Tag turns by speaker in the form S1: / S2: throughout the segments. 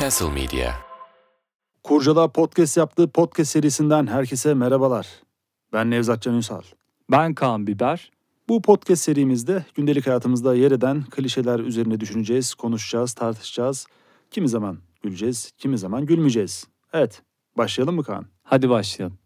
S1: Castle Media.
S2: Kurcala Podcast yaptığı podcast serisinden herkese merhabalar. Ben Nevzat Can Ünsal.
S3: Ben Kaan Biber.
S2: Bu podcast serimizde gündelik hayatımızda yer eden klişeler üzerine düşüneceğiz, konuşacağız, tartışacağız. Kimi zaman güleceğiz, kimi zaman gülmeyeceğiz. Evet, başlayalım mı Kaan?
S3: Hadi başlayalım.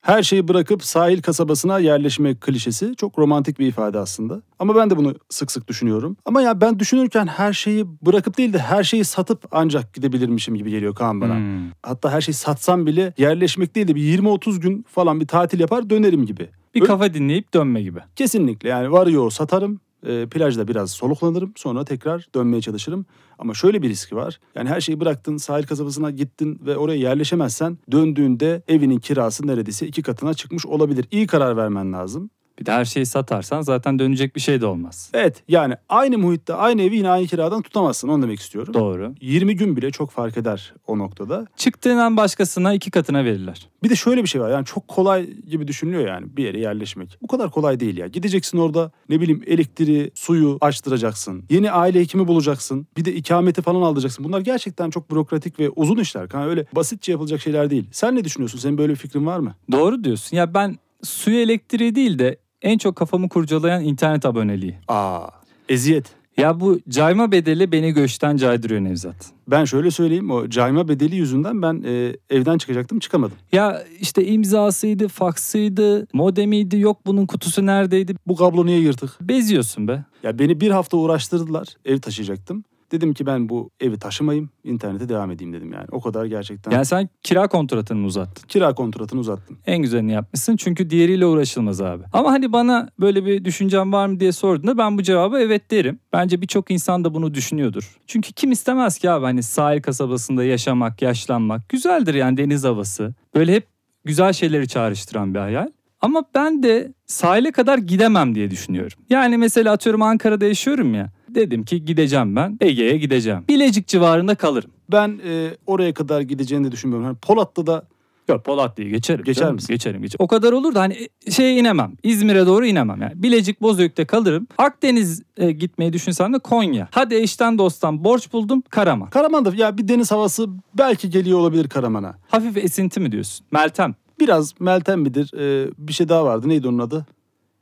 S2: Her şeyi bırakıp sahil kasabasına yerleşme klişesi çok romantik bir ifade aslında. Ama ben de bunu sık sık düşünüyorum. Ama ya ben düşünürken her şeyi bırakıp değil de her şeyi satıp ancak gidebilirmişim gibi geliyor Kaan bana.
S3: Hmm.
S2: Hatta her şeyi satsam bile yerleşmek değil de bir 20-30 gün falan bir tatil yapar dönerim gibi.
S3: Bir
S2: Ö-
S3: kafa dinleyip dönme gibi.
S2: Kesinlikle yani varıyor satarım. e, plajda biraz soluklanırım. Sonra tekrar dönmeye çalışırım. Ama şöyle bir riski var. Yani her şeyi bıraktın sahil kasabasına gittin ve oraya yerleşemezsen döndüğünde evinin kirası neredeyse iki katına çıkmış olabilir. İyi karar vermen lazım.
S3: Bir de her şeyi satarsan zaten dönecek bir şey de olmaz.
S2: Evet yani aynı muhitte aynı evi yine aynı kiradan tutamazsın. Onu demek istiyorum.
S3: Doğru.
S2: 20 gün bile çok fark eder o noktada.
S3: Çıktığından başkasına iki katına verirler.
S2: Bir de şöyle bir şey var. Yani çok kolay gibi düşünülüyor yani bir yere yerleşmek. Bu kadar kolay değil ya. Gideceksin orada ne bileyim elektriği, suyu açtıracaksın. Yeni aile hekimi bulacaksın. Bir de ikameti falan aldıracaksın. Bunlar gerçekten çok bürokratik ve uzun işler. Yani öyle basitçe yapılacak şeyler değil. Sen ne düşünüyorsun? Senin böyle bir fikrin var mı?
S3: Doğru diyorsun. Ya ben suyu elektriği değil de en çok kafamı kurcalayan internet aboneliği.
S2: Aa, eziyet.
S3: Ya bu cayma bedeli beni göçten caydırıyor Nevzat.
S2: Ben şöyle söyleyeyim o cayma bedeli yüzünden ben e, evden çıkacaktım çıkamadım.
S3: Ya işte imzasıydı, faksıydı, modemiydi, yok bunun kutusu neredeydi.
S2: Bu kablo niye yırtık?
S3: Beziyorsun be.
S2: Ya beni bir hafta uğraştırdılar. Ev taşıyacaktım. Dedim ki ben bu evi taşımayayım. internete devam edeyim dedim yani. O kadar gerçekten.
S3: Yani sen kira kontratını mı uzattın?
S2: Kira kontratını uzattım.
S3: En güzelini yapmışsın çünkü diğeriyle uğraşılmaz abi. Ama hani bana böyle bir düşüncem var mı diye sorduğunda ben bu cevaba evet derim. Bence birçok insan da bunu düşünüyordur. Çünkü kim istemez ki abi hani sahil kasabasında yaşamak, yaşlanmak. Güzeldir yani deniz havası. Böyle hep güzel şeyleri çağrıştıran bir hayal. Ama ben de sahile kadar gidemem diye düşünüyorum. Yani mesela atıyorum Ankara'da yaşıyorum ya. Dedim ki gideceğim ben. Ege'ye gideceğim. Bilecik civarında kalırım.
S2: Ben e, oraya kadar gideceğini de düşünmüyorum. Hani Polat'ta da
S3: Yok Polatlı'yı geçerim.
S2: Geçer
S3: canım.
S2: misin?
S3: Geçerim, geçerim. O kadar olur da hani şeye inemem. İzmir'e doğru inemem yani. Bilecik Bozüyük'te kalırım. Akdeniz e, gitmeyi düşünsem de Konya. Hadi eşten dosttan borç buldum Karaman.
S2: Karaman'da ya bir deniz havası belki geliyor olabilir Karaman'a.
S3: Hafif esinti mi diyorsun? Meltem.
S2: Biraz Meltem midir? e, bir şey daha vardı. Neydi onun adı?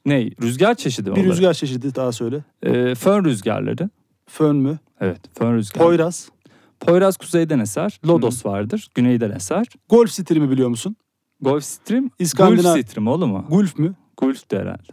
S3: Ne? Rüzgar çeşidi
S2: Bir
S3: olarak.
S2: rüzgar çeşidi daha söyle.
S3: E, fön rüzgarları.
S2: Fön mü?
S3: Evet fön rüzgarı.
S2: Poyraz.
S3: Poyraz kuzeyden eser. Lodos vardır. Güneyden eser.
S2: Golf strimi biliyor musun?
S3: Golf stream.
S2: İskandinav-
S3: Golf stream oğlum o.
S2: Golf mü?
S3: Golf de herhalde.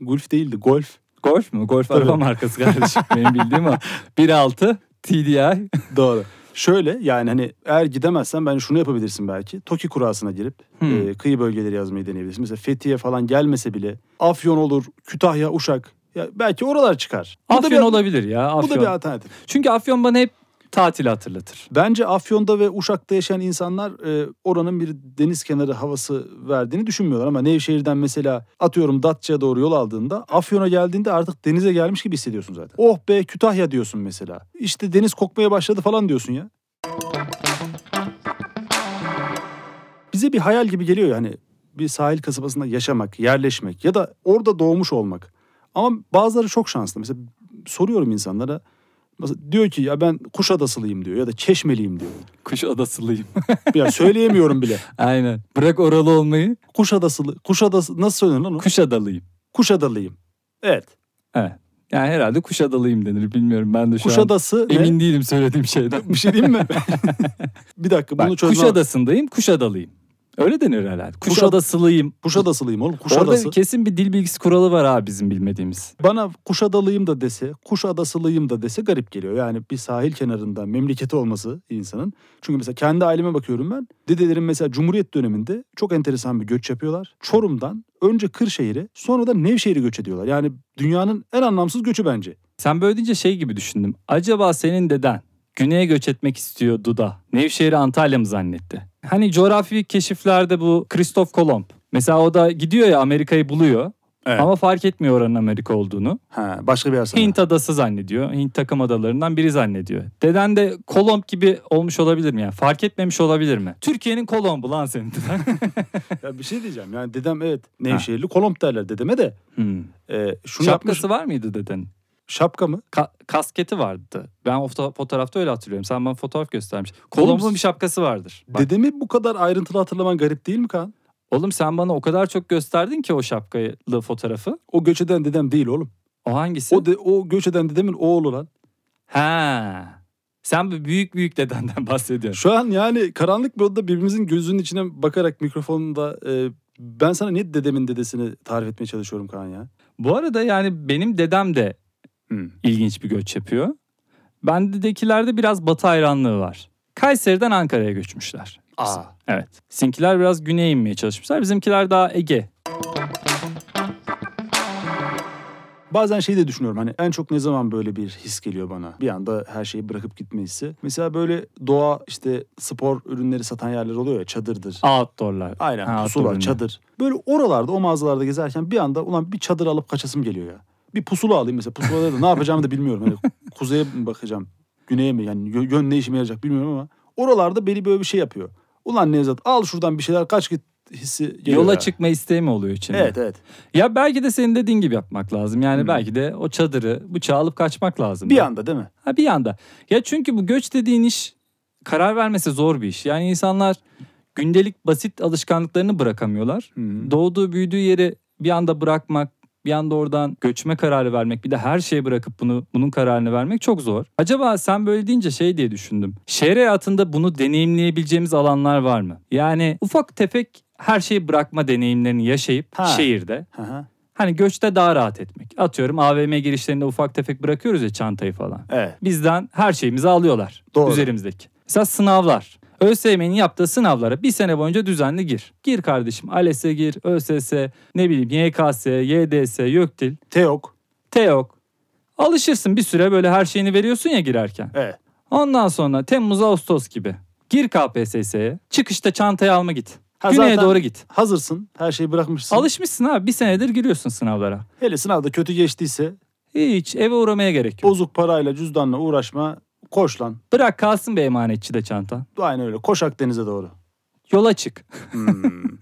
S2: Golf değildi. Golf.
S3: Golf mu? Golf
S2: Tabii.
S3: araba markası kardeşim benim bildiğim o. 1.6 TDI.
S2: Doğru. Şöyle yani hani eğer gidemezsen ben şunu yapabilirsin belki. Toki kurasına girip
S3: Hmm.
S2: e, kıyı bölgeleri yazmayı deneyebilirsin. Mesela Fethiye falan gelmese bile Afyon olur, Kütahya, Uşak. Ya belki oralar çıkar. Bu da
S3: Afyon
S2: bir-
S3: olabilir ya. Afyon.
S2: Bu da bir alternatif.
S3: Çünkü Afyon bana hep tatili hatırlatır.
S2: Bence Afyon'da ve Uşak'ta yaşayan insanlar e, oranın bir deniz kenarı havası verdiğini düşünmüyorlar. Ama Nevşehir'den mesela atıyorum Datça'ya doğru yol aldığında Afyon'a geldiğinde artık denize gelmiş gibi hissediyorsun zaten. Oh be Kütahya diyorsun mesela. İşte deniz kokmaya başladı falan diyorsun ya. Bize bir hayal gibi geliyor yani bir sahil kasabasında yaşamak, yerleşmek ya da orada doğmuş olmak. Ama bazıları çok şanslı. Mesela soruyorum insanlara Mesela diyor ki ya ben Kuşadasılıyım diyor ya da Çeşmeliyim diyor.
S3: Kuş adasılıyım.
S2: Ya söyleyemiyorum bile.
S3: Aynen. Bırak oralı olmayı.
S2: Kuşadasılı, Kuşadası nasıl söylenir lan o?
S3: Kuş adalıyım.
S2: Kuşadalıyım. Evet.
S3: Evet. Yani herhalde kuş adalıyım denir. Bilmiyorum ben de şu
S2: Kuşadası
S3: an
S2: ne?
S3: emin değilim söylediğim şeyden.
S2: Bir şey diyeyim mi? bir dakika bunu
S3: Bak,
S2: çözmem.
S3: kuş adasındayım, kuş adalıyım. Öyle denir herhalde. Kuş,
S2: Kuş ad-
S3: adasılıyım.
S2: Kuşadasılıyım oğlum. Kuşadası.
S3: Orada kesin bir dil bilgisi kuralı var abi bizim bilmediğimiz.
S2: Bana Kuşadalıyım da dese, Kuşadasılıyım da dese garip geliyor. Yani bir sahil kenarında memleketi olması insanın. Çünkü mesela kendi aileme bakıyorum ben. Dedelerim mesela Cumhuriyet döneminde çok enteresan bir göç yapıyorlar. Çorum'dan önce Kırşehir'e sonra da Nevşehir'e göç ediyorlar. Yani dünyanın en anlamsız göçü bence.
S3: Sen böyle deyince şey gibi düşündüm. Acaba senin deden güneye göç etmek istiyordu da Nevşehir'i Antalya mı zannetti? Hani coğrafi keşiflerde bu Kristof Kolomb. Mesela o da gidiyor ya Amerika'yı buluyor.
S2: Evet.
S3: Ama fark etmiyor oranın Amerika olduğunu.
S2: Ha, başka bir yer sanırım.
S3: Hint adası zannediyor. Hint takım adalarından biri zannediyor. Deden de Kolomb gibi olmuş olabilir mi? Yani fark etmemiş olabilir mi? Türkiye'nin Kolomb'u lan senin.
S2: Ya bir şey diyeceğim. Yani dedem evet Nevşehirli Kolomb derler dedeme de.
S3: Hmm.
S2: E, şunu
S3: Şapkası
S2: yapmış.
S3: var mıydı dedenin?
S2: Şapka mı?
S3: Ka- kasketi vardı. Ben o foto- fotoğrafta öyle hatırlıyorum. Sen bana fotoğraf göstermiş. Kolomb'un bir şapkası vardır. Bak,
S2: Dedemi bu kadar ayrıntılı hatırlaman garip değil mi Kaan?
S3: oğlum sen bana o kadar çok gösterdin ki o şapkalı fotoğrafı.
S2: O göç eden dedem değil oğlum.
S3: O hangisi?
S2: O de, o göç eden dedemin oğlu lan.
S3: Ha. Sen bu büyük büyük dedenden bahsediyorsun.
S2: Şu an yani karanlık bir odada birbirimizin gözünün içine bakarak mikrofonda e, ben sana niye dedemin dedesini tarif etmeye çalışıyorum Kaan ya?
S3: Bu arada yani benim dedem de
S2: Hmm.
S3: ilginç bir göç yapıyor. Bendekilerde biraz batı hayranlığı var. Kayseri'den Ankara'ya göçmüşler.
S2: Aa.
S3: Evet. Sinkiler biraz güneye inmeye çalışmışlar. Bizimkiler daha Ege.
S2: Bazen şey de düşünüyorum hani en çok ne zaman böyle bir his geliyor bana. Bir anda her şeyi bırakıp gitme hissi. Mesela böyle doğa işte spor ürünleri satan yerler oluyor ya çadırdır.
S3: Outdoor'lar.
S2: Aynen
S3: Ha,
S2: pusula,
S3: outdoor ürünü.
S2: çadır. Böyle oralarda o mağazalarda gezerken bir anda ulan bir çadır alıp kaçasım geliyor ya. Bir pusula alayım mesela pusulada da ne yapacağımı da bilmiyorum. Hani kuzeye mi bakacağım, güneye mi yani yö- yön ne işime yarayacak bilmiyorum ama. Oralarda beni böyle bir şey yapıyor. Ulan Nevzat al şuradan bir şeyler kaç git hissi geliyor
S3: Yola
S2: ya.
S3: çıkma isteği mi oluyor içinde?
S2: Evet evet.
S3: Ya belki de senin dediğin gibi yapmak lazım. Yani
S2: Hmm.
S3: belki de o çadırı bıçağı alıp kaçmak lazım.
S2: Bir anda değil mi?
S3: Ha bir anda. Ya çünkü bu göç dediğin iş karar vermesi zor bir iş. Yani insanlar gündelik basit alışkanlıklarını bırakamıyorlar.
S2: Hı.
S3: Doğduğu büyüdüğü yeri bir anda bırakmak, bir anda oradan göçme kararı vermek, bir de her şeyi bırakıp bunu bunun kararını vermek çok zor. Acaba sen böyle deyince şey diye düşündüm. Şehir hayatında bunu deneyimleyebileceğimiz alanlar var mı? Yani ufak tefek her şeyi bırakma deneyimlerini yaşayıp
S2: Ha.
S3: şehirde
S2: Hı hı.
S3: hani göçte daha rahat etmek. Atıyorum AVM girişlerinde ufak tefek bırakıyoruz ya çantayı falan
S2: Evet.
S3: bizden her şeyimizi alıyorlar.
S2: Doğru.
S3: Üzerimizdeki. Mesela sınavlar. ÖSYM'nin yaptığı sınavlara bir sene boyunca düzenli gir. Gir kardeşim. ALES'e gir, ÖSS, ne bileyim YKS, YDS, YÖKDİL,
S2: Teok.
S3: TEOK. Alışırsın bir süre böyle her şeyini veriyorsun ya girerken.
S2: Evet.
S3: Ondan sonra Temmuz, Ağustos gibi. Gir KPSS'ye. Çıkışta çantayı alma git.
S2: Ha,
S3: Güneye
S2: zaten-
S3: doğru git.
S2: Hazırsın. Her şeyi bırakmışsın.
S3: Alışmışsın abi. Bir senedir giriyorsun sınavlara.
S2: Hele sınavda kötü geçtiyse
S3: Hiç eve uğramaya gerek yok.
S2: bozuk parayla cüzdanla uğraşma. Koş lan.
S3: Bırak kalsın be emanetçi de çanta.
S2: Aynen öyle. Koş Akdeniz'e doğru.
S3: Yola çık.
S2: Hmm.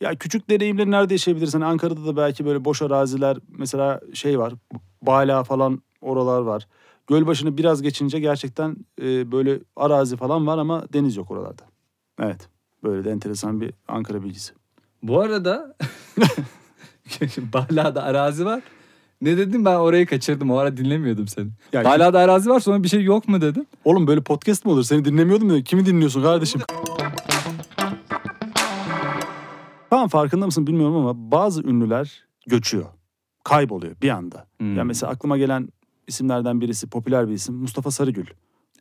S2: ya küçük deneyimleri nerede yaşayabilirsin? Hani Ankara'da da belki böyle boş araziler mesela şey var. Bala falan oralar var. Gölbaşını biraz geçince gerçekten e, böyle arazi falan var ama deniz yok oralarda. Evet. Böyle de enteresan bir Ankara bilgisi.
S3: Bu arada Bala'da arazi var. Ne dedim ben orayı kaçırdım. O ara dinlemiyordum seni.
S2: Ya-
S3: Bala'da arazi var sonra bir şey yok mu dedim.
S2: Oğlum böyle podcast mı olur? Seni dinlemiyordum ya. Kimi dinliyorsun kardeşim? Tamam farkında mısın bilmiyorum ama bazı ünlüler göçüyor. Kayboluyor bir anda.
S3: Hmm.
S2: Ya mesela aklıma gelen isimlerden birisi popüler bir isim Mustafa Sarıgül.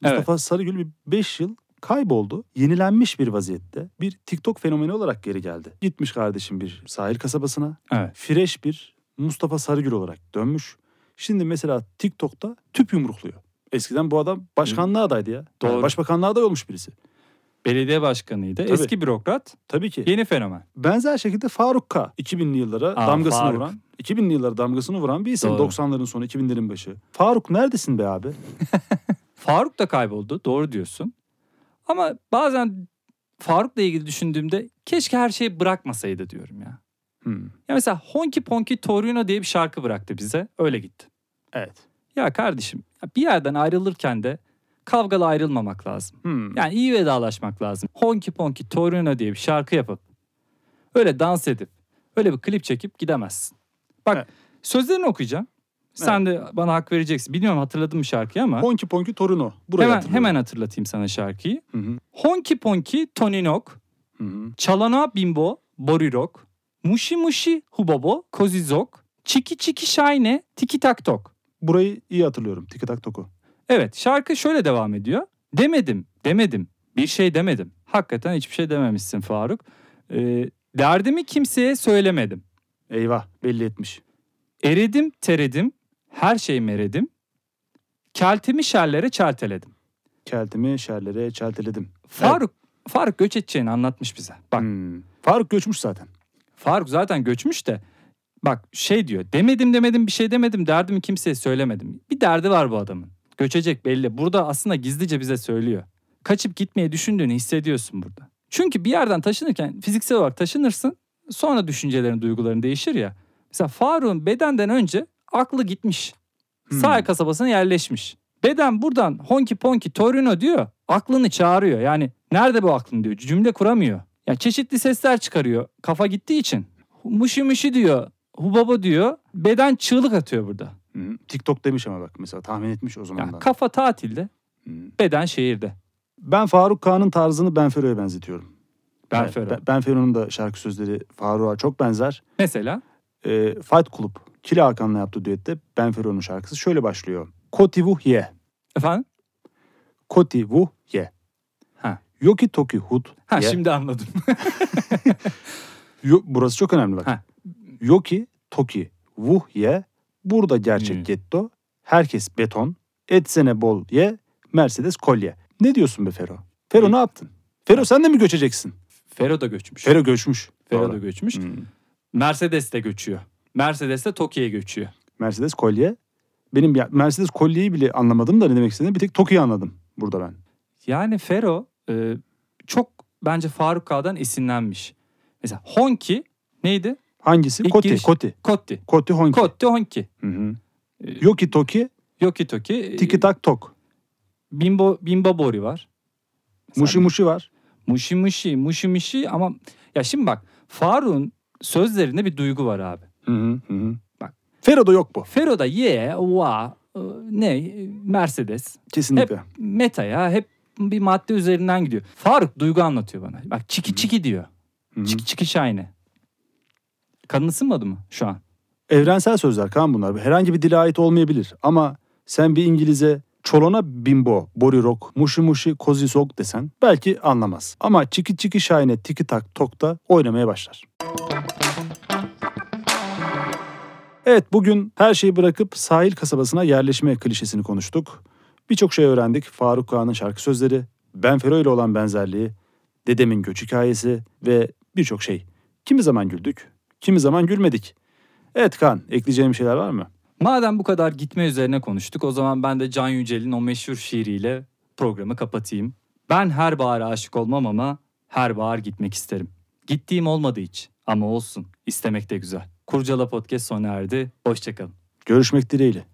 S2: Mustafa Sarıgül bir 5 yıl kayboldu. Yenilenmiş bir vaziyette bir TikTok fenomeni olarak geri geldi. Gitmiş kardeşim bir sahil kasabasına.
S3: Evet.
S2: Fresh bir Mustafa Sarıgül olarak dönmüş. Şimdi mesela TikTok'ta tüp yumrukluyor. Eskiden bu adam başkanlığa adaydı ya.
S3: Doğru.
S2: Yani başbakanlığa aday olmuş birisi.
S3: Belediye başkanıydı.
S2: Tabii.
S3: Eski bürokrat.
S2: Tabii ki.
S3: Yeni fenomen.
S2: Benzer şekilde Faruk K. 2000'li yıllara
S3: Aa,
S2: damgasını
S3: Faruk.
S2: vuran, 2000'li yıllara damgasını vuran bir isim.
S3: Doğru.
S2: 90'ların sonu, 2000'lerin başı. Faruk neredesin be abi?
S3: Faruk da kayboldu. Doğru diyorsun. Ama bazen Faruk'la ilgili düşündüğümde keşke her şeyi bırakmasaydı diyorum ya.
S2: Hmm.
S3: Ya mesela Honky Ponky Torino diye bir şarkı bıraktı bize. Öyle gitti.
S2: Evet.
S3: Ya kardeşim ya bir yerden ayrılırken de kavgalı ayrılmamak lazım.
S2: Hmm.
S3: Yani iyi vedalaşmak lazım. Honky Ponky Torino diye bir şarkı yapıp öyle dans edip öyle bir klip çekip gidemezsin. Bak
S2: Evet.
S3: sözlerini okuyacağım. Sen de bana hak vereceksin. Bilmiyorum hatırladın mı şarkıyı ama
S2: Ponki Ponki Torino. Burayı
S3: hemen
S2: hatırlıyorum.
S3: hemen hatırlatayım sana şarkıyı.
S2: Hı hı.
S3: Honky Ponky Toninok,
S2: Hı hı.
S3: Çalanoa Bimbo, Borirok, Mushi Mushi Hubobo, Kozizok, Çiki Çiki Şayne, Tiki Tak Tok.
S2: Burayı iyi hatırlıyorum. Tiki tak toku.
S3: Evet şarkı şöyle devam ediyor. Demedim, demedim, bir şey demedim. Hakikaten hiçbir şey dememişsin Faruk. Ee, derdimi kimseye söylemedim.
S2: Eyvah belli etmiş.
S3: Eridim, teredim, her şey meredim. Keltimi şerlere çelteledim.
S2: Keltimi şerlere çelteledim.
S3: Faruk, Faruk göç edeceğini anlatmış bize. Bak
S2: Hmm. Faruk göçmüş zaten.
S3: Faruk zaten göçmüş de Bak şey diyor. Demedim demedim bir şey demedim. Derdimi kimseye söylemedim. Bir derdi var bu adamın. Göçecek belli. Burada aslında gizlice bize söylüyor. Kaçıp gitmeyi düşündüğünü hissediyorsun burada. Çünkü bir yerden taşınırken fiziksel olarak taşınırsın. Sonra düşüncelerin, duyguların değişir ya. Mesela Faruk'un bedenden önce aklı gitmiş.
S2: Hmm.
S3: Sahil kasabasına yerleşmiş. Beden buradan honki ponki Torino diyor. Aklını çağırıyor. Yani nerede bu aklın diyor. Cümle kuramıyor. Yani çeşitli sesler çıkarıyor. Kafa gittiği için. Mışı mışı diyor. Hubaba diyor. Beden çığlık atıyor burada.
S2: Hı. hmm. TikTok demiş ama bak mesela tahmin etmiş o
S3: Yani
S2: zamandan.
S3: kafa tatilde.
S2: Hı.
S3: Beden şehirde.
S2: Ben Faruk Kağan'ın tarzını Benfero'ya benzetiyorum.
S3: Ben
S2: Evet,
S3: Ferhat.
S2: Ben- Benfero'nun da şarkı sözleri Faruk'a çok benzer.
S3: Mesela
S2: Ee, Fight Club, Kili Hakan'la yaptığı düette Benfero'nun şarkısı şöyle başlıyor. Koti vuh ye,
S3: efendim?
S2: koti vuh ye.
S3: Ha.
S2: Yoki toki hut
S3: Ha
S2: ye.
S3: şimdi anladım.
S2: Yo- burası çok önemli bak.
S3: Ha.
S2: Yoki toki vuh ye, burada gerçek
S3: Hmm.
S2: getto, herkes beton, etsene bol ye, Mercedes kolye. Ne diyorsun be Fero? Fero
S3: İyi.
S2: ne yaptın? Fero sen de mi göçeceksin?
S3: Fero da göçmüş.
S2: Fero göçmüş.
S3: Fero da
S2: Doğru.
S3: göçmüş.
S2: Hmm.
S3: Mercedes de göçüyor. Mercedes de Tokyo'ya göçüyor.
S2: Mercedes kolye. Benim ya Mercedes kolyeyi bile anlamadım da ne demek istediğini bir tek Toki'yi anladım burada ben.
S3: Yani Fero e, çok bence Faruk K'dan esinlenmiş. Mesela Honki neydi?
S2: Hangisi?
S3: İlk
S2: Koti,
S3: giriş-
S2: Koti.
S3: Kotti.
S2: Koti Honki.
S3: Kotti Honki.
S2: Hı hı.
S3: E,
S2: Yoki Toki,
S3: Yoki Toki. e,
S2: Tiki Tak Tok.
S3: Bimbo, Bimba Bori var. Mesela
S2: Muşi Muşi var.
S3: Muşi Muşi. Muşi Muşi ama ya şimdi bak Faruk'un sözlerinde bir duygu var abi.
S2: Hı hı hı hı.
S3: Bak.
S2: Fero'da yok bu.
S3: Fero'da ye, va, e, ne, e, Mercedes.
S2: Kesinlikle.
S3: Meta ya hep bir madde üzerinden gidiyor. Faruk duygu anlatıyor bana. Bak çiki çiki diyor.
S2: Hı hı.
S3: Çiki çiki şahane. Kadın ısınmadı mı şu an?
S2: Evrensel sözler kan bunlar. Herhangi bir dile ait olmayabilir ama sen bir İngiliz'e Çolona bimbo, bori rock, muşi muşi, kozi sok desen belki anlamaz. Ama çiki çiki şahine tiki tak tok da oynamaya başlar. Evet bugün her şeyi bırakıp sahil kasabasına yerleşme klişesini konuştuk. Birçok şey öğrendik. Faruk Kağan'ın şarkı sözleri, Ben Fero ile olan benzerliği, dedemin göç hikayesi ve birçok şey. Kimi zaman güldük, kimi zaman gülmedik. Evet Kaan, ekleyeceğim şeyler var mı?
S3: Madem bu kadar gitme üzerine konuştuk o zaman ben de Can Yücel'in o meşhur şiiriyle programı kapatayım. Ben her bahara aşık olmam ama her bahar gitmek isterim. Gittiğim olmadı hiç ama olsun istemek de güzel. Kurcala Podcast sona erdi. Hoşçakalın.
S2: Görüşmek dileğiyle.